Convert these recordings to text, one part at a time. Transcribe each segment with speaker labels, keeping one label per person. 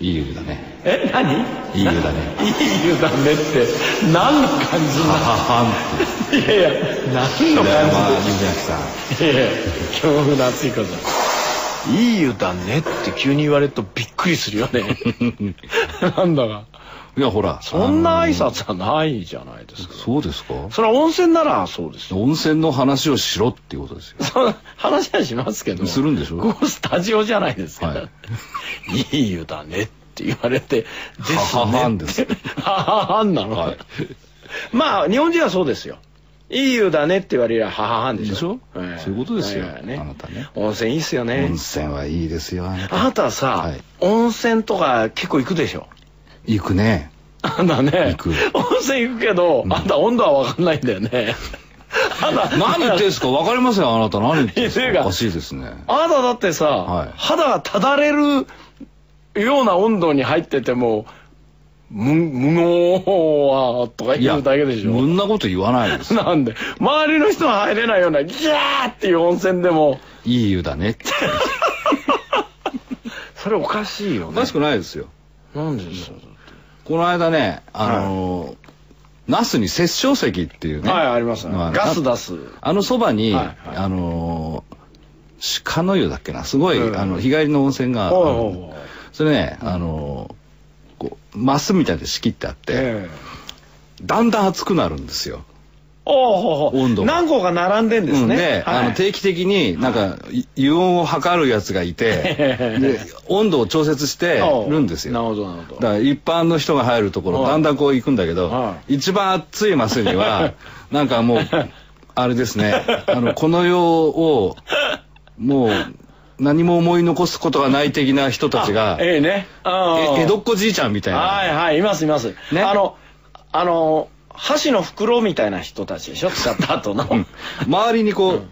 Speaker 1: いい湯だね。
Speaker 2: え何
Speaker 1: いい湯だね。
Speaker 2: いい湯だねって何の感じ
Speaker 1: はははんって。
Speaker 2: なのいやいや何の
Speaker 1: 平
Speaker 2: 感
Speaker 1: 山
Speaker 2: じ
Speaker 1: ゆずやきさん。
Speaker 2: でいやいや今日の暑いこといい湯だねって急に言われるとびっくりするよね なんだか
Speaker 1: いや、ほら。
Speaker 2: そんな挨
Speaker 1: あの
Speaker 2: 拶はないじゃないですか
Speaker 1: そうですか
Speaker 2: それは温泉ならそうですよ
Speaker 1: 温泉の話をしろっていうことですよ。
Speaker 2: その話はしますけど
Speaker 1: するんでしょ
Speaker 2: ここスタジオじゃないですか、、
Speaker 1: はい
Speaker 2: い湯だねって言われて「ですね」
Speaker 1: はははんです
Speaker 2: ってはははんなの、
Speaker 1: はい
Speaker 2: まあ日本人はそうですよいい湯だねって言われりゃはははんでしょ
Speaker 1: でしょそういうことですよあなたね
Speaker 2: 温泉いいっすよね
Speaker 1: 温泉はいいですよ。あなた
Speaker 2: あなたさ、
Speaker 1: はい
Speaker 2: 温泉とか結構行くでしょ
Speaker 1: 行くね。
Speaker 2: あんだ
Speaker 1: 行
Speaker 2: ね
Speaker 1: く
Speaker 2: 温泉行くけど、あんた温度は分かんないんだよねあんた
Speaker 1: 何言ってんすかわかりませんあなた。何言ってんす
Speaker 2: いやいや
Speaker 1: かおかしいですね。
Speaker 2: あなただってさ、
Speaker 1: はい
Speaker 2: 肌がただれるような温度に入ってても、む、無能は、とか言うだけでし
Speaker 1: そ
Speaker 2: ょ。
Speaker 1: んなこと言わないです。
Speaker 2: なんで、周りの人が入れないような、ギャーっていう温泉 でも、
Speaker 1: いい湯だねって。
Speaker 2: それおかしいよ
Speaker 1: お
Speaker 2: ね
Speaker 1: かし。くないですよ。
Speaker 2: なんでですか、
Speaker 1: この間ね、あのーナスに殺生石っていうね。
Speaker 2: はい、あります、ね
Speaker 1: まあ。
Speaker 2: ガス出す。
Speaker 1: あのそばに、
Speaker 2: はいはい
Speaker 1: あのー鹿の湯だっけな、すごい、
Speaker 2: うん
Speaker 1: あの日帰りの温泉がある
Speaker 2: おいおいおい
Speaker 1: それね、あのーこうマスみたいで仕切ってあって、
Speaker 2: ええ
Speaker 1: だんだん暑くなるんですよ。
Speaker 2: おうほうほう
Speaker 1: 温度が
Speaker 2: 何個か並んでんです
Speaker 1: うん
Speaker 2: ね。
Speaker 1: で、
Speaker 2: はい
Speaker 1: あの定期的になんか、い湯温を測るやつが いてで温度を調節してるんですよ。
Speaker 2: なるほど、なるほど。
Speaker 1: だから一般の人が入るところ
Speaker 2: はい
Speaker 1: だんだんこう行くんだけど、
Speaker 2: は
Speaker 1: 一番暑いマスに はなんかもうあれですねあのこの世をもう何も思い残すことがない的な人たちがえ
Speaker 2: ええね。うん
Speaker 1: 江戸っ子じいちゃんみたい
Speaker 2: はい
Speaker 1: な
Speaker 2: はい、いますいます。
Speaker 1: ね
Speaker 2: あの、あの、箸の袋みたいな人たちでしょ使った後の。
Speaker 1: 周りにこう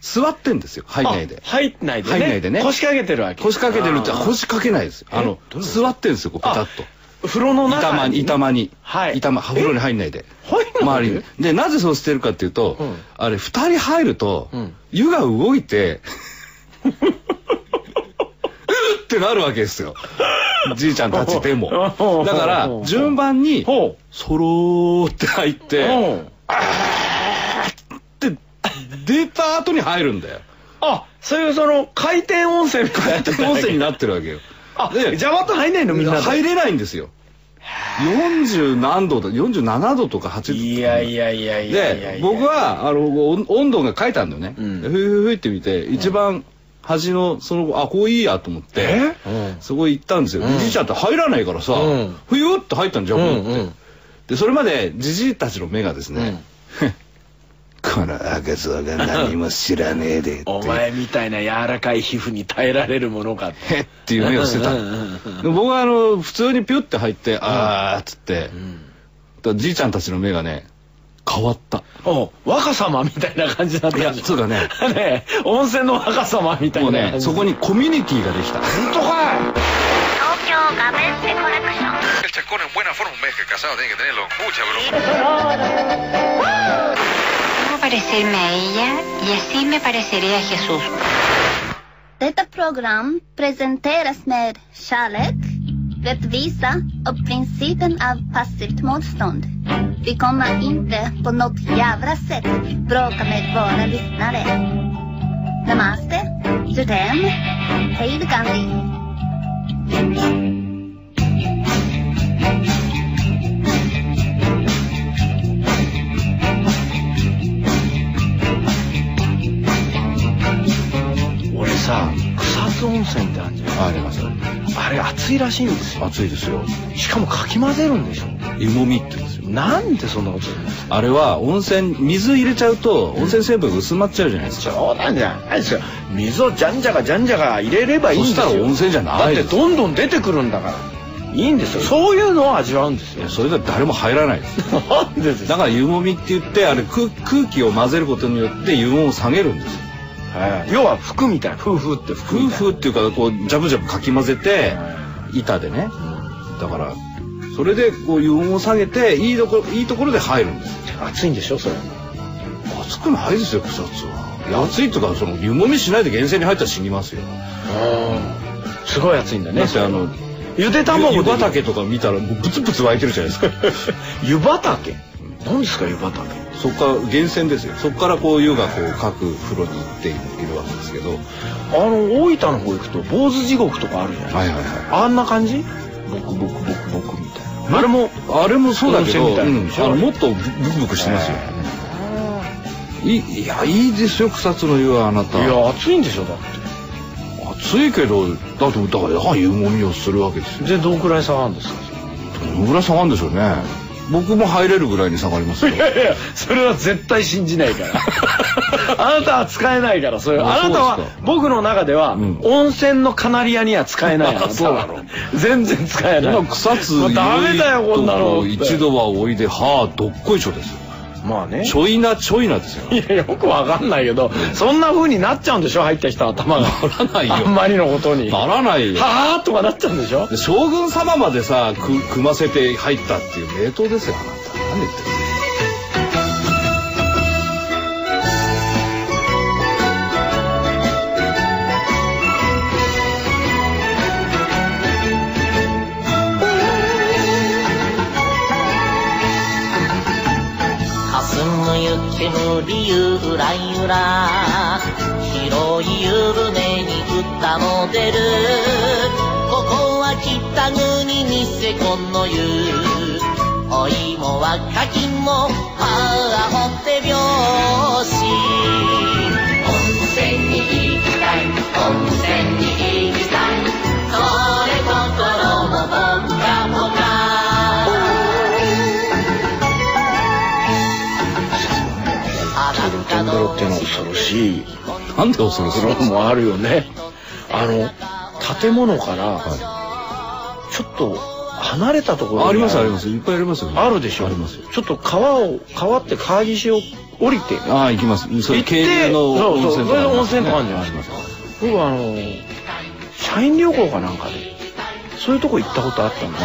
Speaker 1: 座ってんですよ入んないで
Speaker 2: あ入んないでね。
Speaker 1: 入んないでね
Speaker 2: 腰掛けてるわけ。
Speaker 1: 腰掛けてるって
Speaker 2: あー
Speaker 1: 腰掛けないですよあの座ってんですよこうペタッと。
Speaker 2: 風呂の
Speaker 1: 板
Speaker 2: 中
Speaker 1: 間に
Speaker 2: に。
Speaker 1: 板間に、
Speaker 2: はい
Speaker 1: 板間風呂に入んないで
Speaker 2: 入んない
Speaker 1: 周
Speaker 2: で
Speaker 1: りにでなぜそうしてるかっていうと、
Speaker 2: うん
Speaker 1: あれ二人入ると、
Speaker 2: うん
Speaker 1: 湯が動いて うってなるわけですよじいちゃんたちでも
Speaker 2: おう
Speaker 1: だか
Speaker 2: おう
Speaker 1: ら順番に
Speaker 2: ほう。
Speaker 1: そろーって入って
Speaker 2: うん
Speaker 1: で出た後に入るんだよ
Speaker 2: あ、そういうその、回転温泉みたいなやつ。
Speaker 1: 音声にな ってるわけよ
Speaker 2: あ、
Speaker 1: で
Speaker 2: 邪魔と入んないのみんなで。
Speaker 1: 入れないんですよ40何度だ47度とか8度とか
Speaker 2: いやいやいやいやいやいや。
Speaker 1: で僕、はあの温温度が書いてあるのね、
Speaker 2: うん
Speaker 1: ふいふいふいって見て一番端のそのあこういいやと思って
Speaker 2: うん
Speaker 1: そこ行ったんですよ、じいちゃんって入らないからさ、
Speaker 2: うん
Speaker 1: ふゆって入ったんじゃん、
Speaker 2: うん
Speaker 1: こうやって
Speaker 2: うん
Speaker 1: でそれまでじじいたちの目がですね、 この赤座が何も知らねえでって
Speaker 2: お前みたいな柔らかい皮膚に耐えられるものかって。
Speaker 1: へっっていう目をしてた
Speaker 2: うんうんうんうん
Speaker 1: で僕はあの普通にピュって入って、あーっつって、だからじいちゃんたちの目がね変わった
Speaker 2: お若様みたいな感じだった
Speaker 1: いや
Speaker 2: でしょ
Speaker 1: そうだね
Speaker 2: ねえ温泉の若様みたい
Speaker 1: も
Speaker 2: な
Speaker 1: うね
Speaker 2: 感じ
Speaker 1: そこにコミュニティができた
Speaker 2: 本当かい
Speaker 3: 東京ガメンテコレクション
Speaker 4: El chacón en buena forma, un mes que casado tiene que tenerlo. Mucha broma.
Speaker 5: Quiero parecerme a ella y así me pareceré a Jesús.
Speaker 6: Detta program presenteras med kärlek, rättvisa och principen av passivt motstånd. Vi kommer inte på något jävla sätt bråka med våra lyssnare. Namaste, Jodem, hej då, Gandhi.
Speaker 2: 俺さ草津温泉ってあるじゃん
Speaker 1: ありますよ
Speaker 2: あれ暑いらしいんですよ
Speaker 1: 暑いですよ
Speaker 2: しかもかき混ぜるんでしょ
Speaker 1: 湯もみって言うんですよ
Speaker 2: なんでそんなことするの
Speaker 1: あれは温泉水入れちゃうと温泉成分が薄まっちゃうじゃないですか、
Speaker 2: 冗談じゃないですよ水をじゃんじゃかじゃんじゃか入れればいいんですよ
Speaker 1: そしたら温泉じゃない
Speaker 2: だ
Speaker 1: で
Speaker 2: って
Speaker 1: す
Speaker 2: どんどん出てくるんだからいいんですよそういうのを味わうんです
Speaker 1: い
Speaker 2: よ
Speaker 1: やそれでは誰も入らないです
Speaker 2: なんでです
Speaker 1: だから湯もみって言ってあれ空空気を混ぜることによって湯温を下げるんですよ
Speaker 2: はい要は服みたいな夫婦って服
Speaker 1: 夫
Speaker 2: みたい
Speaker 1: 婦っていうかこうジャブジャブかき混ぜて
Speaker 2: は
Speaker 1: 板でねだからそれでこう湯温を下げていいところいいところで入るんですよ
Speaker 2: な暑いんでしょそれ
Speaker 1: 暑くないですよ草津はいや暑いとかその湯もみしないで源泉に入ったら死にますよ
Speaker 2: うんすごい暑いんだね
Speaker 1: だってあの
Speaker 2: ゆで
Speaker 1: 湯
Speaker 2: 卵 で
Speaker 1: 畑とか見たらもうブツブツ湧いてるじゃないですか
Speaker 2: 湯畑何ですか湯畑
Speaker 1: そこから源泉ですよそこからこう湯がこう各風呂に行っているわけですけど
Speaker 2: あの大分の方行くと坊主地獄とかあるじゃないですか、
Speaker 1: はいはいはい
Speaker 2: あんな感じボクボクボクボクみたいなあれも
Speaker 1: あれもそうだけど、
Speaker 2: 温泉みたい
Speaker 1: う
Speaker 2: な
Speaker 1: んあのもっとブクブクしてますよ、いいいやいいですよ草津の湯はあなた
Speaker 2: いや暑いんでしょだっ
Speaker 1: 暑いけどだってだからやはり湯もみをするわけです
Speaker 2: て
Speaker 1: よ
Speaker 2: でどんくらい差があるんですか
Speaker 1: どのぐらい下がるんでしょうね僕も入れるぐらいに下がりますよ
Speaker 2: いやいやそれは絶対信じないから あなたは使えないからそれ
Speaker 1: あ
Speaker 2: あなたは
Speaker 1: そうですか
Speaker 2: 僕の中では、
Speaker 1: うん
Speaker 2: 温泉のカナリアには使えない あなたは
Speaker 1: そうなの
Speaker 2: 全然使えない
Speaker 1: 今草津
Speaker 2: もうダメだよこんなの
Speaker 1: 唯一一度はおいではあどっこいしょですよ
Speaker 2: まあね
Speaker 1: ちょいなちょいなですよ
Speaker 2: いやよくわかんないけどそんな風になっちゃうんでしょ入った人は頭が
Speaker 1: ならないよ
Speaker 2: あんまりのことに
Speaker 1: ならないよ
Speaker 2: はあとかなっちゃうんでしょ
Speaker 1: で将軍様までさく組ませて入ったっていう名刀ですよあなた何言ってる
Speaker 7: 霞む湯煙ゆらゆら広い湯船に歌も出るここは北国ニセコンの湯お芋は柿もああほって拍子温泉に行きたい温泉に行きたいそれ心もぽっかぽか
Speaker 2: トンボロっていうのは恐ろしい
Speaker 1: なんで恐ろしい
Speaker 2: ところもあるよねあの建物からちょっと離れたところに
Speaker 1: あありますありますいっぱいありますよ、
Speaker 2: あるでしょ
Speaker 1: ありますよ
Speaker 2: ちょっと川を川って川岸を降りて
Speaker 1: ああ行きますそれ
Speaker 2: 行って
Speaker 1: 渓流の
Speaker 2: そう
Speaker 1: 温
Speaker 2: そう
Speaker 1: 泉
Speaker 2: それで温泉とか
Speaker 1: 館
Speaker 2: あるんじゃない
Speaker 1: あります
Speaker 2: 僕はあの社員旅行かなんかでそういうとこ行ったことあったんです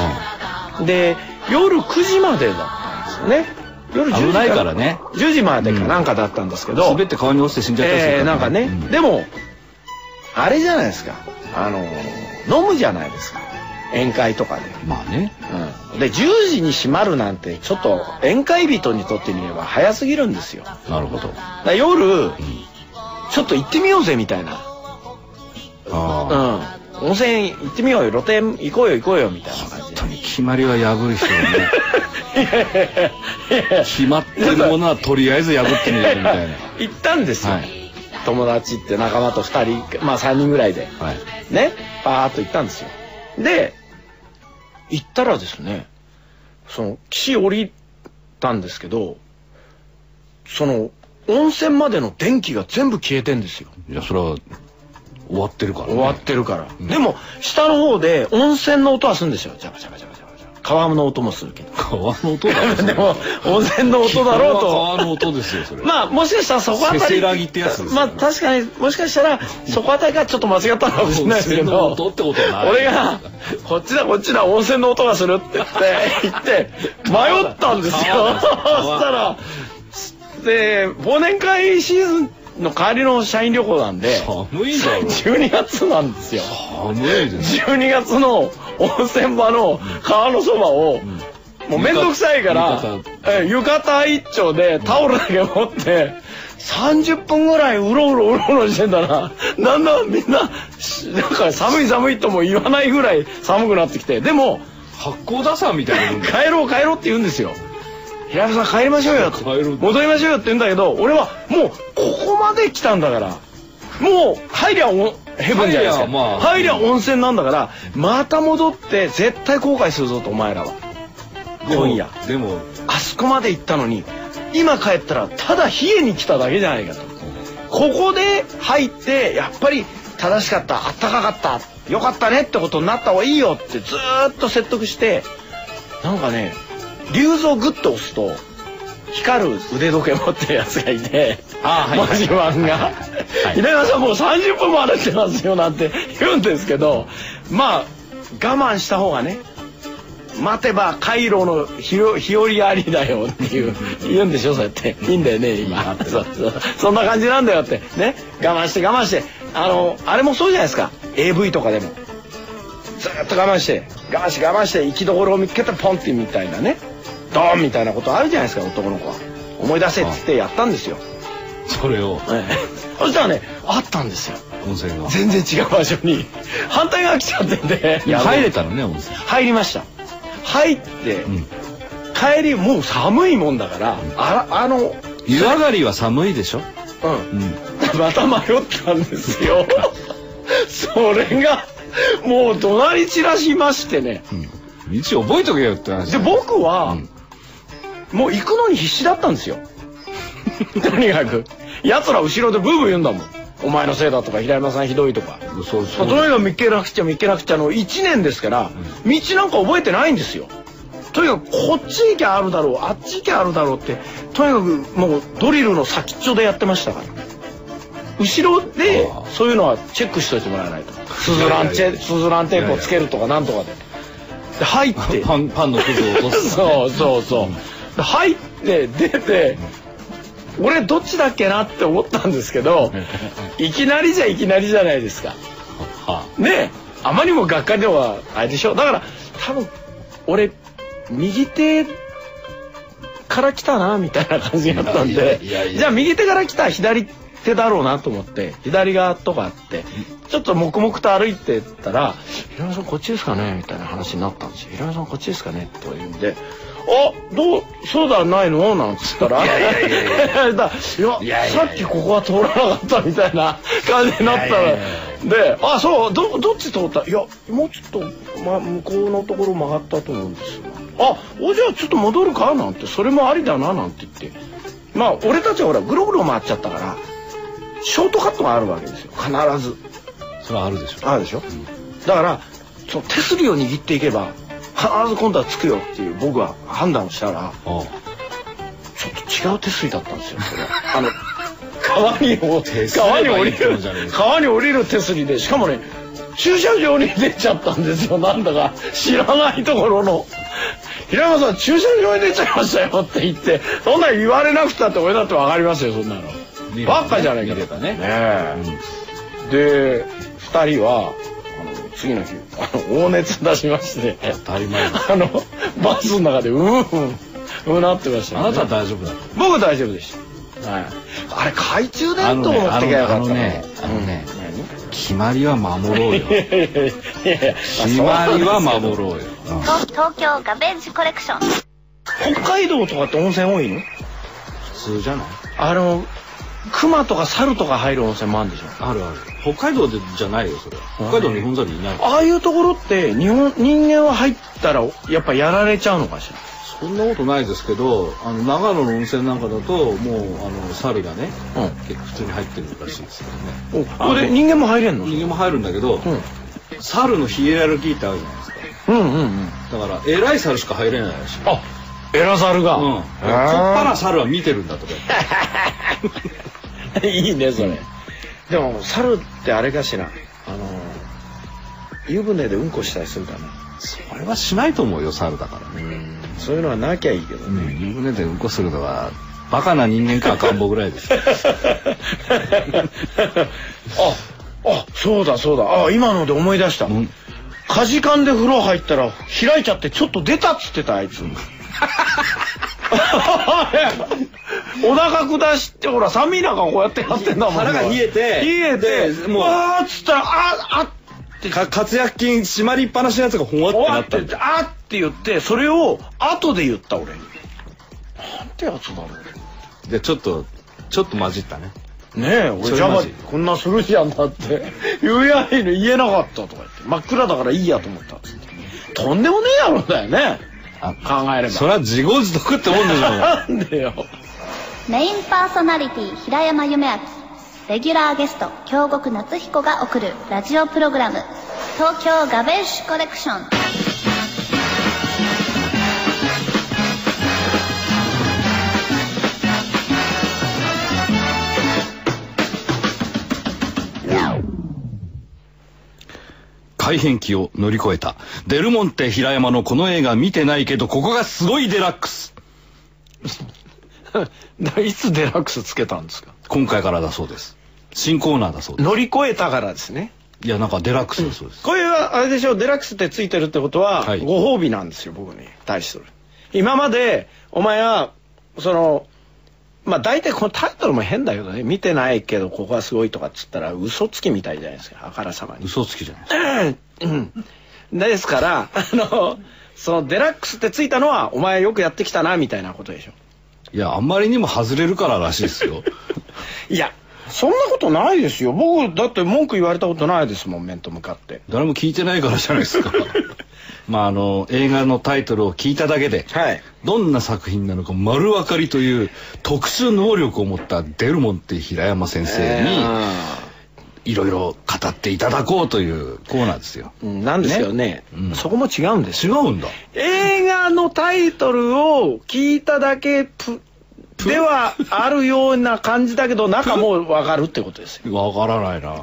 Speaker 2: よで夜9時までだったんですよね夜10時
Speaker 1: 危ないからね
Speaker 2: 10時までかなんかだったんですけど、
Speaker 1: 滑って川に落ちて死んじゃったりする
Speaker 2: えー、なんかね、
Speaker 1: うん
Speaker 2: でもあれじゃないですかあの飲むじゃないですか宴会とかで、
Speaker 1: まあね
Speaker 2: うん、で10時に閉まるなんてちょっと宴会人にとってみれば早すぎるんですよだか
Speaker 1: なるほど
Speaker 2: ら夜ちょっと行ってみようぜみたいな、う
Speaker 1: ああ
Speaker 2: ん、温泉行ってみようよ露店行こうよ行こうよみたいな感じ
Speaker 1: 本
Speaker 2: で
Speaker 1: 当に 決まりは破る人がね決まってるものはとりあえず破ってみるみ たいな
Speaker 2: 行ったんですよ、
Speaker 1: はい
Speaker 2: 友達って仲間と2人まあ3人ぐらいで
Speaker 1: はい
Speaker 2: ねパーッと行ったんですよで行ったらですねその岸降りたんですけどその温泉までの電気が全部消えてんですよ
Speaker 1: いやそれは終わってるから、ね、
Speaker 2: 終わってるから、
Speaker 1: うん
Speaker 2: でも下の方で温泉の音はするんですよジャバジャバジャバジャバジャバ川の音もするけど
Speaker 1: 川の音だろそれ
Speaker 2: でも温泉の音だろうと
Speaker 1: 川の音ですよそれ
Speaker 2: まあもしかしたらそこあたり
Speaker 1: せせらぎってやつですよ
Speaker 2: まあ確かにもしかしたらそこあたりがちょっと間違ったのかもしれないですけ
Speaker 1: 温泉の
Speaker 2: ど
Speaker 1: 音ってことはない
Speaker 2: 俺がこっちだこっちだ温泉の音がするって言って言って迷ったんですよそ
Speaker 1: 川だ
Speaker 2: したらで忘年会シーズンの代わりの社員旅行なんで
Speaker 1: 寒いだろ
Speaker 2: 12月なんですよ
Speaker 1: 寒いです
Speaker 2: 12月の温泉場の川のそばを、もうめんどくさいから
Speaker 1: 浴衣
Speaker 2: え浴衣一丁でタオルだけ持って30分ぐらいうろうろうろうろしてたらだんだんみんなしなんか寒い寒いとも言わないぐらい寒くなってきてでも
Speaker 1: 八甲田山みたいなもんだ よ
Speaker 2: 帰ろう帰ろうって言うんですよ平山さん帰りましょうよって
Speaker 1: 帰ろう
Speaker 2: 戻りましょうよって言うんだけど俺はもうここまで来たんだからもう入りゃおヘブンじゃないです
Speaker 1: 入
Speaker 2: か
Speaker 1: りゃまあ
Speaker 2: 入りゃ温泉なんだからまた戻って絶対後悔するぞとお前らは
Speaker 1: でも
Speaker 2: 今夜
Speaker 1: でも
Speaker 2: あそこまで行ったのに今帰ったらただ冷えに来ただけじゃないかとここで入ってやっぱり正しかったあったかかったよかったねってことになった方がいいよってずーっと説得してなんかね竜像グッと押すと光る腕時計持ってるやつがいて
Speaker 1: あーはい
Speaker 2: マジマンが「稲川さんもう30分も歩いてますよ」なんて言うんですけどまあ我慢した方がね待てばカイロの日よ日和ありだよっていう言うんでしょそうやっていいんだよね今そうそうそんな感じなんだよってね我慢して我慢してあのあれもそうじゃないですか AV とかでもずーっと我慢して我慢し我慢して生きどころを見つけたらポンってみたいなねドーンみたいなことあるじゃないですか男の子は思い出せっつってやったんですよ、
Speaker 1: それを
Speaker 2: ええそしたらねあったんですよ
Speaker 1: 温泉が
Speaker 2: 全然違う場所に反対側来ちゃってんで
Speaker 1: 入れたのね温泉
Speaker 2: 入りました入って、
Speaker 1: うん
Speaker 2: 帰りもう寒いもんだからあらあの うん
Speaker 1: 湯上がりは寒いでしょ、うん、
Speaker 2: また迷ったんです よそれがもう怒鳴り散らしましてね
Speaker 1: うん、道覚えとけよって話
Speaker 2: で僕は、
Speaker 1: うん
Speaker 2: もう行くのに必死だったんで すよとにかく奴ら後ろでブーブー言うんだもんお前のせいだとか平山さんひどいとか
Speaker 1: そう
Speaker 2: ま
Speaker 1: そ
Speaker 2: あ
Speaker 1: う
Speaker 2: とにかく見っけなくちゃ見っけなくちゃの1年ですから、道なんか覚えてないんですよ。とにかくこっち行きゃあるだろう、あっち行きゃあるだろうって、とにかくもうドリルの先っちょでやってましたから。後ろで
Speaker 1: ああ
Speaker 2: そういうのはチェックしといてもらわないと。スズランチェ、スズランテープをつけるとかなんとかで。で、入って。
Speaker 1: パンパンのクズを落とす、
Speaker 2: そうそうそう、で入って出て、俺どっちだっけなって思ったんですけどいきなりじゃいきなりじゃないですか
Speaker 1: は
Speaker 2: ねえあまりにも学科ではあれでしょだから多分俺右手から来たなみたいな感じだったん
Speaker 1: いや
Speaker 2: で
Speaker 1: いやいや
Speaker 2: じゃあ右手から来た左手だろうなと思って左側とかあってちょっと黙々と歩いてったら「平山さんこっちですかね?」みたいな話になったんですよ「平山さんこっちですかね?」とか言うんで「あどうそうだないの?」なんつったら「いやいやいや いやさっきここは通らなかった」みたいな感じになったら。で、あ、そう、ど、どっち通ったいや、もうちょっと、ま、向こうのところ曲がったと思うんですよ。あ、おじゃあちょっと戻るかなんて、それもありだな、なんて言って。まあ、俺たちはほら、ぐるぐる回っちゃったから、ショートカットがあるわけですよ。必ず。
Speaker 1: あそれはあるでしょ
Speaker 2: あるでしょ、だからその手すりを握っていけば必ず今度はつくよっていう僕は判断をしたら
Speaker 1: あ
Speaker 2: ちょっと違う手すりだったんですよそれあの 川にお
Speaker 1: 手すり
Speaker 2: 川
Speaker 1: はいい
Speaker 2: に降り
Speaker 1: っても
Speaker 2: る
Speaker 1: んじゃねえか
Speaker 2: 川に降りる手すりでしかもね駐車場に出ちゃったんですよなんだか知らないところの平山さん駐車場に出ちゃいましたよって言ってそんなん言われなくたって俺だって分かりますよそんなの
Speaker 1: 見ればね
Speaker 2: バカじゃないか
Speaker 1: 見ればね
Speaker 2: ねえで2人はあの次の日あの大熱出しまして
Speaker 1: 当たり前だ
Speaker 2: あのバスの中でうんうんうなってました、
Speaker 1: あなたは大丈夫だっ
Speaker 2: 僕大丈夫でした、はい、あれ懐中電灯持ってきゃよかったな
Speaker 1: あのねあのね
Speaker 2: うん
Speaker 1: た決まりは守ろう よ
Speaker 2: 何いやいやいやいや
Speaker 1: 決まりは守ろうよ、うん
Speaker 6: 東東京ガベージコレクション
Speaker 2: 北海道とかって温泉多いの
Speaker 1: 普通じゃない
Speaker 2: あの熊とか猿とか入る温泉もあるんでしょ
Speaker 1: あるある北海道でじゃないよそれは北海道日本猿いない
Speaker 2: ああいうところって日本人間は入ったらやっぱやられちゃうのかしら
Speaker 1: そんなことないですけどあの長野の温泉なんかだともうあの猿がね、
Speaker 2: うん
Speaker 1: 結構普通に入ってるらしいですけどね
Speaker 2: おこれ人間も入れんの、うん、
Speaker 1: 人間も入るんだけど、猿のヒエラルキーってあるじゃないですか
Speaker 2: うんうんうん
Speaker 1: だから偉い猿しか入れないらしい
Speaker 2: あエラザルが、
Speaker 1: うん、こっぱら猿は見てるんだとか
Speaker 2: いいねそれ、でも猿ってあれかしらあの湯船でうんこしたりするかな
Speaker 1: それはしないと思うよ猿だからね、
Speaker 2: そういうのはなきゃいいけど
Speaker 1: う
Speaker 2: ね、
Speaker 1: ん、湯船でうんこするのはバカな人間か赤ん坊ぐらいです
Speaker 2: ああそうだそうだあ今ので思い出した、
Speaker 1: うん
Speaker 2: カジカンで風呂入ったら開いちゃってちょっと出たっつってたあい つお腹下してほら寒い中こうやってやってんだもん
Speaker 1: 腹が冷えて
Speaker 2: 冷えて
Speaker 1: でも
Speaker 2: もう
Speaker 1: う
Speaker 2: わーっつったらああっ
Speaker 1: か活躍金締まりっぱなしのやつがほわってなったんだよ
Speaker 2: あって言ってそれを後で言った俺なんてやつだろ
Speaker 1: でちょっとちょっと混じったね
Speaker 2: うねえ俺
Speaker 1: それ
Speaker 2: ジャ
Speaker 1: マ
Speaker 2: バ
Speaker 1: ジ
Speaker 2: こんなするじゃんだって 言えないの言えなかったとか言って真っ暗だからいいやと思ったっつってとんでもねえ野郎だよね
Speaker 1: あ
Speaker 2: 考えれば
Speaker 1: それは自業自得ってもんでしょうよ
Speaker 2: なんでよ
Speaker 6: メインパーソナリティ平山夢明レギュラーゲスト京極夏彦が送るラジオプログラム「東京ガベージュコレクション」
Speaker 1: 改変期を乗り越えた。デルモンテ平山のこの映画見てないけど、ここがすごいデラックス。
Speaker 2: いつデラックスつけたんですか
Speaker 1: 今回からだそうです。新コーナーだそうです。
Speaker 2: 乗り越えたからですね
Speaker 1: いやなんかデラックスだそうです、
Speaker 2: こういうあれでしょデラックスってついてるってことは、
Speaker 1: はい
Speaker 2: ご褒美なんですよ僕に対する今までお前はそのまあ大体このタイトルも変だけどね見てないけどここはすごいとかっつったら嘘つきみたいじゃないですかあからさまに
Speaker 1: 嘘つきじゃないですか
Speaker 2: うんですからあのそのデラックスってついたのはお前よくやってきたなみたいなことでしょ
Speaker 1: いやあんまりにも外れるかららしいですよ
Speaker 2: いやそんなことないですよ僕だって文句言われたことないですもん面と向かって
Speaker 1: 誰も聞いてないからじゃないです かまああの映画のタイトルを聞いただけで
Speaker 2: はい
Speaker 1: どんな作品なのか丸分かりという特殊能力を持ったデルモンって平山先生
Speaker 2: え
Speaker 1: に
Speaker 2: ー
Speaker 1: いろいろ語っていただこうというコーナーですよ
Speaker 2: うんなんですよね
Speaker 1: ねうん
Speaker 2: そこも違うんです
Speaker 1: 違
Speaker 2: よ
Speaker 1: うんだ
Speaker 2: 映画のタイトルを聞いただけプではあるような感じだけど中もう分かるってことですよ
Speaker 1: わからないな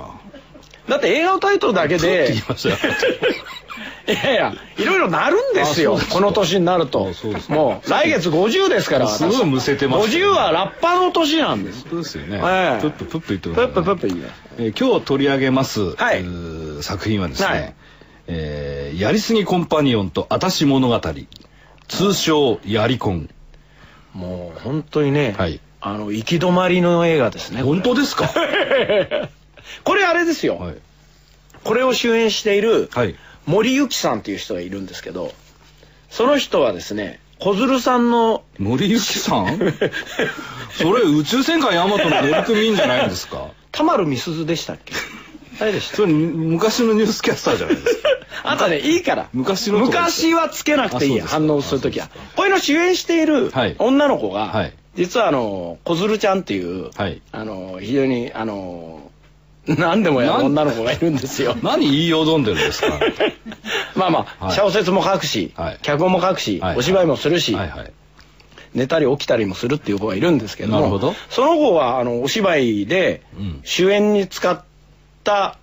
Speaker 2: だって映画のタイトルだけ
Speaker 1: プ
Speaker 2: で
Speaker 1: って言いましたよ
Speaker 2: いやいやいろいろなるんです
Speaker 1: あ
Speaker 2: よ
Speaker 1: そうですか
Speaker 2: この年になると
Speaker 1: あそうですか
Speaker 2: もう来月50ですから
Speaker 1: すごいむせてます
Speaker 2: 50はラッパーの年なんです
Speaker 1: そうですよね、
Speaker 2: ええ
Speaker 1: プッププップ言って
Speaker 2: プ
Speaker 1: くださ
Speaker 2: ッ
Speaker 1: い、ね、
Speaker 2: ププップ言います
Speaker 1: えー今日取り上げます、
Speaker 2: はいう
Speaker 1: ー作品はですね、
Speaker 2: はい
Speaker 1: えーやりすぎコンパニオンとあたし物語」通称「やりコン
Speaker 2: もう本当にね、
Speaker 1: はい
Speaker 2: あの行き止まりの映画です」ねこれ
Speaker 1: 本当ですか
Speaker 2: これあれですよ、
Speaker 1: はい、
Speaker 2: これを主演している
Speaker 1: はい、
Speaker 2: 森幸さんっていう人がいるんですけどその人はですね小鶴さんの
Speaker 1: 森行 さんそれ宇宙戦艦ヤマトの乗組員じゃないんですか
Speaker 2: 田丸美鈴でしたっけ誰 でした
Speaker 1: それ昔のニュースキャスターじゃないです か
Speaker 2: あとねいいから
Speaker 1: 昔のとこです
Speaker 2: 昔はつけなくていいや
Speaker 1: あそうですか
Speaker 2: 反応するとき
Speaker 1: あ
Speaker 2: は
Speaker 1: そうです
Speaker 2: こういうの主演している
Speaker 1: はい
Speaker 2: 女の子が、
Speaker 1: はい
Speaker 2: 実はあの小鶴ちゃんっていう、
Speaker 1: はい
Speaker 2: あの非常にあの何でもやる女の子がいるんですよ
Speaker 1: 何言いよどんでるんですか
Speaker 2: まあまあ、
Speaker 1: はい
Speaker 2: 小説も書くし、
Speaker 1: はい
Speaker 2: 脚本も書くし、
Speaker 1: はい
Speaker 2: お芝居もするし、
Speaker 1: はいはい
Speaker 2: 寝たり起きたりもするっていう子がいるんですけども
Speaker 1: なるほど
Speaker 2: その子はあのお芝居で
Speaker 1: うん
Speaker 2: 主演に使った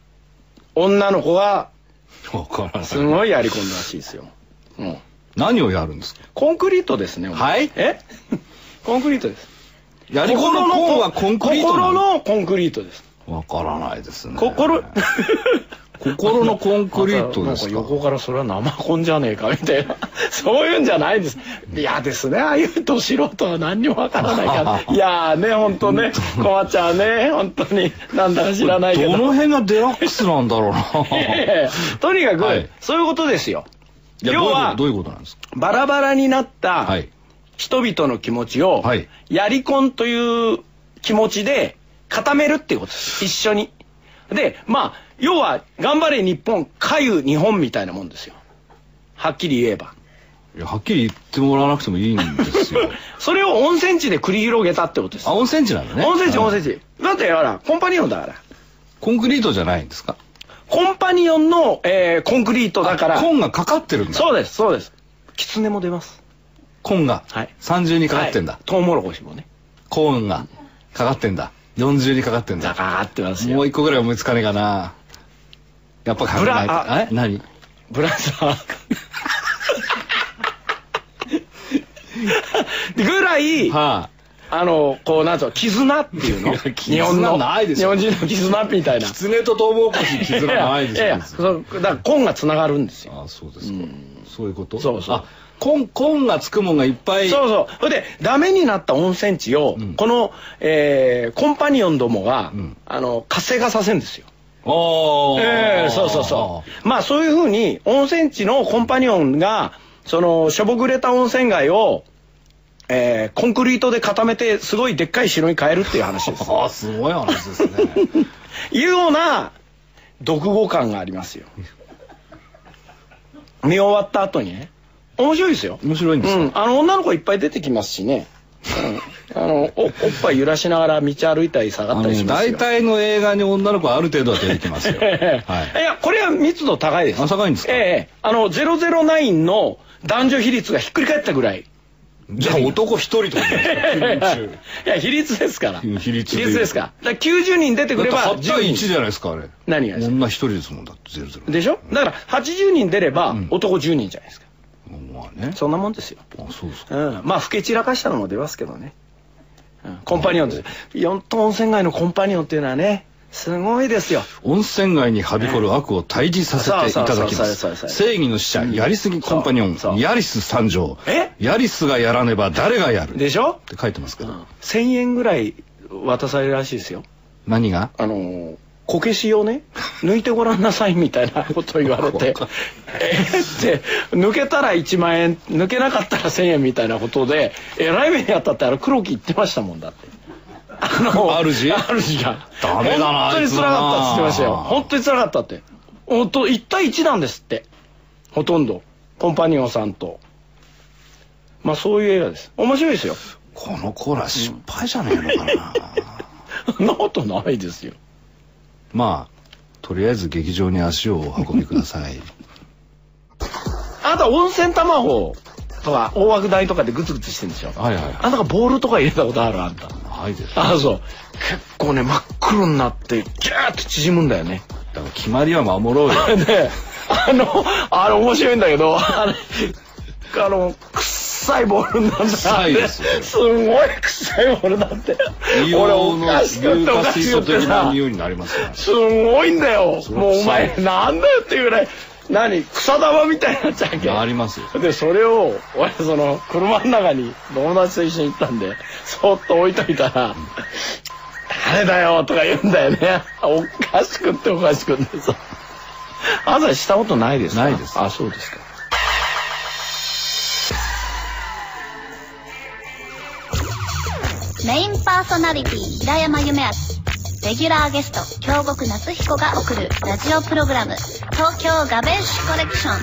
Speaker 2: 女の子が
Speaker 1: わから
Speaker 2: す
Speaker 1: ない
Speaker 2: ごいやり込んだらしいですよ、うん、
Speaker 1: 何をやるんですか
Speaker 2: コンクリートですねお前
Speaker 1: はい
Speaker 2: え コンクリートです
Speaker 1: やりコンのコンはコンクリートな
Speaker 2: 心
Speaker 1: の
Speaker 2: のコンクリートです
Speaker 1: わからないですね
Speaker 2: 心
Speaker 1: 心のコンクリートですか
Speaker 2: なんか横からそれは生コンじゃねえかみたいな そういうんじゃないですいやですねああいうと素人は何にもわからないから いやーね本当ね困っちゃうね本当になんだか知らないけど
Speaker 1: どの辺がデラックスなんだろうな
Speaker 2: ええ とにかく、
Speaker 1: はい
Speaker 2: そういうことですよ
Speaker 1: いや
Speaker 2: 要は
Speaker 1: どういうことどういうことなんですか
Speaker 2: バラバラになった
Speaker 1: はい
Speaker 2: 人々の気持ちを、
Speaker 1: はい
Speaker 2: やりこんという気持ちで固めるっていうことです一緒にでまあ要は「頑張れ日本」「かゆ日本」みたいなもんですよはっきり言えば
Speaker 1: いやはっきり言ってもらわなくてもいいんです よ
Speaker 2: それを温泉地で繰り広げたってことです
Speaker 1: あ温泉地なんだね
Speaker 2: 温泉地
Speaker 1: はい
Speaker 2: 温泉地だってほらコンパニオンだから
Speaker 1: コンクリートじゃないんですか
Speaker 2: コンパニオンの、えーコンクリートだから
Speaker 1: あコンがかかってるんだ
Speaker 2: そうですそうです狐も出ます
Speaker 1: コンが
Speaker 2: はい
Speaker 1: 30にかかってんだ、
Speaker 2: はいトウモロコシもね
Speaker 1: コーンがかかってんだ40にかかってん
Speaker 2: ザ
Speaker 1: だ
Speaker 2: カーってます
Speaker 1: も
Speaker 2: よ
Speaker 1: う一個ぐらい思いつかねえかなやっぱ考え
Speaker 2: ブ
Speaker 1: ない
Speaker 2: ラあ
Speaker 1: え何
Speaker 2: ブラ ザーぐら い、
Speaker 1: はあ
Speaker 2: あのこうなんつうの絆っていうの
Speaker 1: いや絆
Speaker 2: 日本の
Speaker 1: ないですよ
Speaker 2: 日本人の絆みたいな
Speaker 1: 狐とトウモロコシ絆ないです
Speaker 2: いやい
Speaker 1: よ
Speaker 2: やそうだから根がつながるんですよ
Speaker 1: ああそうですか、そういうこと
Speaker 2: そうそう
Speaker 1: あコンコンがつくもんがいっぱい
Speaker 2: そうそう。それで、ダメになった温泉地を、
Speaker 1: うん
Speaker 2: この、えーコンパニオンどもが、
Speaker 1: うん
Speaker 2: あの、活性化させるんですよ。
Speaker 1: おー
Speaker 2: ええそうそうそう。まあ、そういうふうに、温泉地のコンパニオンが、その、しょぼくれた温泉街を、えーコンクリートで固めて、すごいでっかい城に変えるっていう話です。
Speaker 1: ああすごい話ですね
Speaker 2: いうような、独語感があります よ。見終わった後にね。面白いですよ。
Speaker 1: 面白いんですか、
Speaker 2: うん、あの女の子いっぱい出てきますしね、うん、あのおおっぱい揺らしながら道歩いたり下が
Speaker 1: あ
Speaker 2: ったりし
Speaker 1: の
Speaker 2: ます
Speaker 1: 大
Speaker 2: よ
Speaker 1: 体の映画に女の子はある程度は出てきます よ はい
Speaker 2: い、やこれは密度高いです
Speaker 1: あ高いんですか
Speaker 2: ええあの009の男女比率がひっくり返ったぐらい
Speaker 1: じゃあ男一人とかじゃないですか 9人中
Speaker 2: いや比率ですから
Speaker 1: うん比率で
Speaker 2: ですからだから90人出て
Speaker 1: だ
Speaker 2: く
Speaker 1: って
Speaker 2: れば
Speaker 1: 8対
Speaker 2: 10
Speaker 1: 1
Speaker 2: 人
Speaker 1: じゃないですかあれ
Speaker 2: 何がですか
Speaker 1: 女一人ですもんだってゼロゼロ
Speaker 2: でしょだから80人出れば
Speaker 1: ん
Speaker 2: 男10人じゃないです
Speaker 1: ま
Speaker 2: か、
Speaker 1: あね
Speaker 2: そんなもんですよ
Speaker 1: あそうですか
Speaker 2: うん、まあ、老け散らかしたのも出ますけどね。うんコンパニオンです。四島温泉街のコンパニオンっていうのはね、すごいですよ。
Speaker 1: 温泉街にはびこる悪を退治させていただきま
Speaker 2: そうそうそうそうそうそう
Speaker 1: す。正義の使者、やりすぎコンパニオ
Speaker 2: そうそう
Speaker 1: ン、ヤリス参上。
Speaker 2: え
Speaker 1: ヤリスがやらねば誰がやるっ
Speaker 2: でしょ
Speaker 1: て書いてますけど。
Speaker 2: 1000円ぐらい渡されるらしいですよ。
Speaker 1: 何が
Speaker 2: あのーこけし をね、抜いてごらんなさいみたいなことを言われて、えーって、抜けたら1万円、抜けなかったら1000円みたいなことで、えらい目にあったって、あれ黒木言ってましたもんだって。あの、
Speaker 1: 主
Speaker 2: 主が。
Speaker 1: ダメだな
Speaker 2: 本当に辛かったって言ってましたよ。
Speaker 1: あいつな
Speaker 2: 本当に辛かったって。本当、1対1なんですって。ほとんど。コンパニオンさんと。まあそういう映画です。面白いですよ。
Speaker 1: このコーラ失敗じゃねえのかな。
Speaker 2: そんなことないですよ。
Speaker 1: まあ、とりあえず劇場に足をお運びください。
Speaker 2: あなた温泉卵とか大枠台とかでグツグツしてるんでしょ
Speaker 1: はいはい
Speaker 2: あなたがボールとか入れたことあるあんた。
Speaker 1: はいです。だか
Speaker 2: ああ、そう。結構ね、真っ黒になって、ギャーって縮むんだよ ね。
Speaker 1: ら決まりは守 ろうよ。
Speaker 2: で、あの、あれ面白いんだけど、あれ、あの、臭いボールになった
Speaker 1: 臭いですよ
Speaker 2: すごい臭いボールだって。
Speaker 1: 硫
Speaker 2: 俺お
Speaker 1: 黄の
Speaker 2: かしく
Speaker 1: 硫
Speaker 2: ってお
Speaker 1: 化
Speaker 2: か
Speaker 1: 水
Speaker 2: し
Speaker 1: 素
Speaker 2: くって
Speaker 1: 的な
Speaker 2: さ。
Speaker 1: 匂いになりますから。
Speaker 2: すごいんだよ。
Speaker 1: それ
Speaker 2: もうお前、なんだよっていうぐらい、何、草玉みたいになっちゃうわけ。
Speaker 1: なりますよ
Speaker 2: で、それを、俺、その、車の中に友達と一緒に行ったんで、そっと置いといたら、誰だよとか言うんだよね。おかしくっておかしくってさ。朝したことないですか
Speaker 1: ないです
Speaker 2: あ、そうですか。
Speaker 6: メインパーソナリティ平山夢明レギュラーゲスト京極夏彦が送るラジオプログラム「東京ガベージコレクショ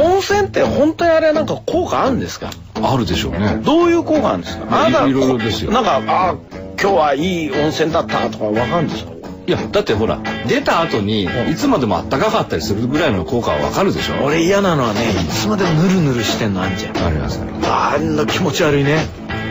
Speaker 6: ン」
Speaker 2: 温泉って本当にあれなんか効果あるんですか
Speaker 1: あるでしょうね。
Speaker 2: どういう効果あるんですかあなた
Speaker 1: いろいろですよ
Speaker 2: なんか、あ今日はいい温泉だったとかわかるんですか
Speaker 1: いや、だってほら、出た後に、いつまでもあったかかったりするぐらいの効果はわかるでしょ
Speaker 2: 俺嫌なのはねいつまでもヌルヌルしてんのあんじゃん
Speaker 1: ありますね。
Speaker 2: あんな気持ち悪いね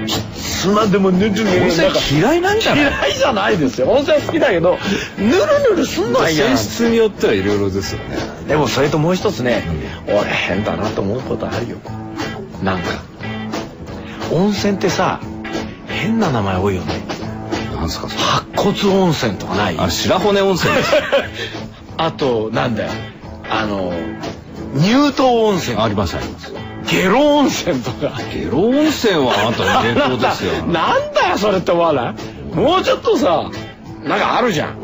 Speaker 2: いつまでもヌルヌル
Speaker 1: 温泉嫌いなんじゃない
Speaker 2: 嫌いじゃないですよ温泉好きだけどヌルヌルすんのは嫌
Speaker 1: 性
Speaker 2: なの
Speaker 1: 質によってはいろいろですよね。
Speaker 2: でもそれともう一つね俺変だなと思うことあるよなんか温泉ってさ変な名前多いよね
Speaker 1: なんすかそれ。
Speaker 2: 白骨温泉とかない
Speaker 1: あ、白骨温泉 です。
Speaker 2: あとなんだよあの乳頭温泉
Speaker 1: ありますあります。
Speaker 2: ゲロ温泉とか
Speaker 1: ゲロ温泉はあなたの伝統ですよ。
Speaker 2: なんだよそれって思わないもうちょっとさなんかあるじゃん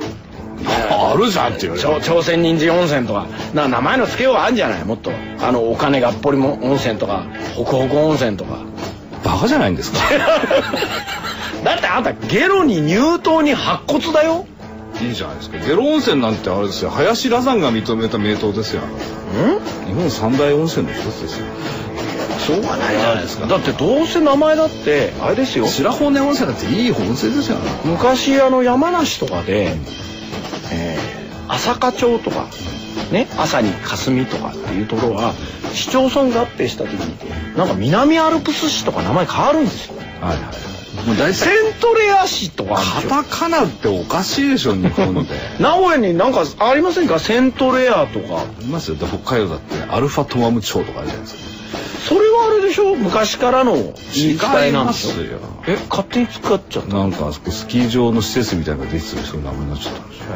Speaker 1: あるじゃんって言われ
Speaker 2: 朝
Speaker 1: る。
Speaker 2: 朝鮮人参温泉とかな名前の付けようがあるんじゃないもっとあのお金がっぽりも温泉とかホクホク温泉とか
Speaker 1: バカじゃないん ですか。
Speaker 2: だってあんたゲロに乳頭に白骨だよ
Speaker 1: いいじゃないですか。ゲロ温泉なんてあれですよ。林羅山が認めた名湯ですよ。日本三大温泉の一つですよ。
Speaker 2: しょうがないじゃないですか
Speaker 1: だ
Speaker 2: だってどうせ名前だってあれですよ
Speaker 1: 白骨温泉だっていい温泉ですよ。
Speaker 2: 昔あの山梨とかで、えー朝霞町とかね朝に霞とかっていうところは市町村合併した時になんか南アルプス市とか名前変わるんですよ
Speaker 1: はいはい。もう大
Speaker 2: セントレア市とかあるんです
Speaker 1: カ
Speaker 2: よ
Speaker 1: タカナっておかしいでしょ日本で
Speaker 2: 名古屋になんかありませんかセントレアとか
Speaker 1: いますよ北海道だってアルファトマム町とかあるじゃないです
Speaker 2: それはあれでしょ昔からの言い
Speaker 1: か
Speaker 2: 伝えなんでしょ
Speaker 1: 違いますよ
Speaker 2: え勝手に使っちゃっ
Speaker 1: かなんかあそこスキー場の施設みたいなのができてるそういう名前になっちゃったんですよ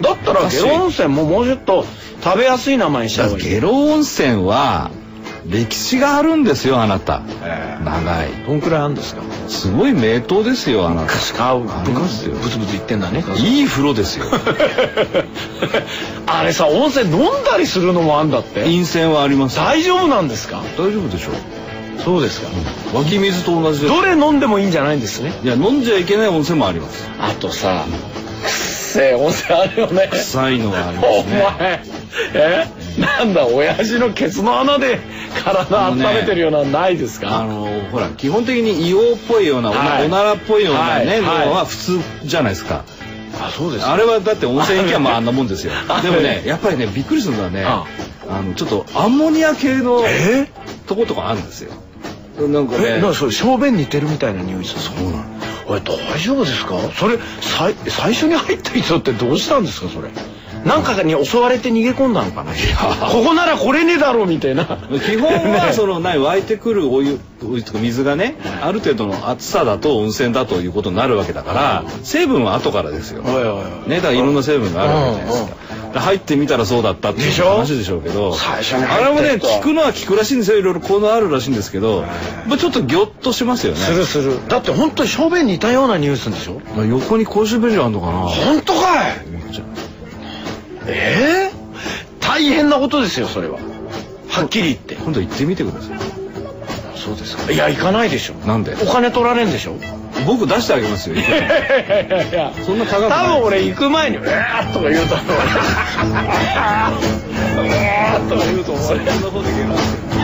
Speaker 2: だったらゲロ温泉ももうちょっと食べやすい名前にした
Speaker 1: だ
Speaker 2: 方
Speaker 1: か
Speaker 2: が
Speaker 1: ら
Speaker 2: い
Speaker 1: ゲ
Speaker 2: い
Speaker 1: ロ温泉は歴史があるんですよあなた
Speaker 2: ええ
Speaker 1: 長い
Speaker 2: どんくらいあるんですか
Speaker 1: すごい名湯ですよあなた
Speaker 2: 昔からブ
Speaker 1: ありますよ
Speaker 2: ブツブツ言ってんだね
Speaker 1: いい風呂ですよ
Speaker 2: あれさ温泉飲んだりするのもあんだって
Speaker 1: 陰泉はあります
Speaker 2: 大丈夫なんですか
Speaker 1: 大丈夫でしょう
Speaker 2: そうですか
Speaker 1: 湧き水と同じです
Speaker 2: どれ飲んでもいいんじゃないんですね
Speaker 1: いや飲んじゃいけない温泉もあります
Speaker 2: あとさくっせえ温泉あるよね
Speaker 1: 臭いのがありま
Speaker 2: お
Speaker 1: すね
Speaker 2: 前えなんだ親父のケツの穴で体温めてるようなのないです
Speaker 1: あ
Speaker 2: か
Speaker 1: のほら基本的に硫黄っぽいような、おな
Speaker 2: はい
Speaker 1: おならっぽいような
Speaker 2: は
Speaker 1: ね、
Speaker 2: い
Speaker 1: の
Speaker 2: はい
Speaker 1: は普通じゃないですか、
Speaker 2: あそうで
Speaker 1: あれはだって温泉行きゃま ああんなもんですよ
Speaker 2: あ
Speaker 1: でもねやっぱりねびっくりするのはね
Speaker 2: あ
Speaker 1: あのちょっとアンモニア系の
Speaker 2: え
Speaker 1: とことかあるんですよなんかね
Speaker 2: えなんかそれ小便似てるみたいな匂いする
Speaker 1: そうなの
Speaker 2: おい大丈夫ですかそれさい最初に入った人ってどうしたんですかそれなんかに襲われて逃げ込んだのかなここなら来れねえだろうみたいな
Speaker 1: 基本はそ
Speaker 2: の
Speaker 1: のない湧いてくるお湯お湯とか水がねある程度の熱さだと温泉だということになるわけだから成分は後からですよ、ね、
Speaker 2: おいおいおい
Speaker 1: だからいろんな成分があるわけじゃないですかで入ってみたらそうだったって
Speaker 2: で
Speaker 1: い
Speaker 2: し
Speaker 1: う
Speaker 2: ょ
Speaker 1: 話でしょうけど
Speaker 2: 最初に
Speaker 1: あ
Speaker 2: 入
Speaker 1: れ
Speaker 2: っ
Speaker 1: も
Speaker 2: て
Speaker 1: ね
Speaker 2: ると
Speaker 1: 聞くのは聞くらしいんですよいろいろ効能あるらしいんですけど、まあ、ちょっとギョッとしますよね
Speaker 2: するするだって本当に小便に似たようなニュースでしょ
Speaker 1: まあ横に公衆便所あんのかな
Speaker 2: 本当かいええ大変なことですよそれははっきり言って
Speaker 1: 今度行ってみてください
Speaker 2: そうですかいや行かないでしょ
Speaker 1: なんで
Speaker 2: お金取られんでしょ
Speaker 1: 僕出してあげますよいく らでもそんな高くない
Speaker 2: 多分俺行く前に「うわー」とか言うと思う「うわー」とか言うと思う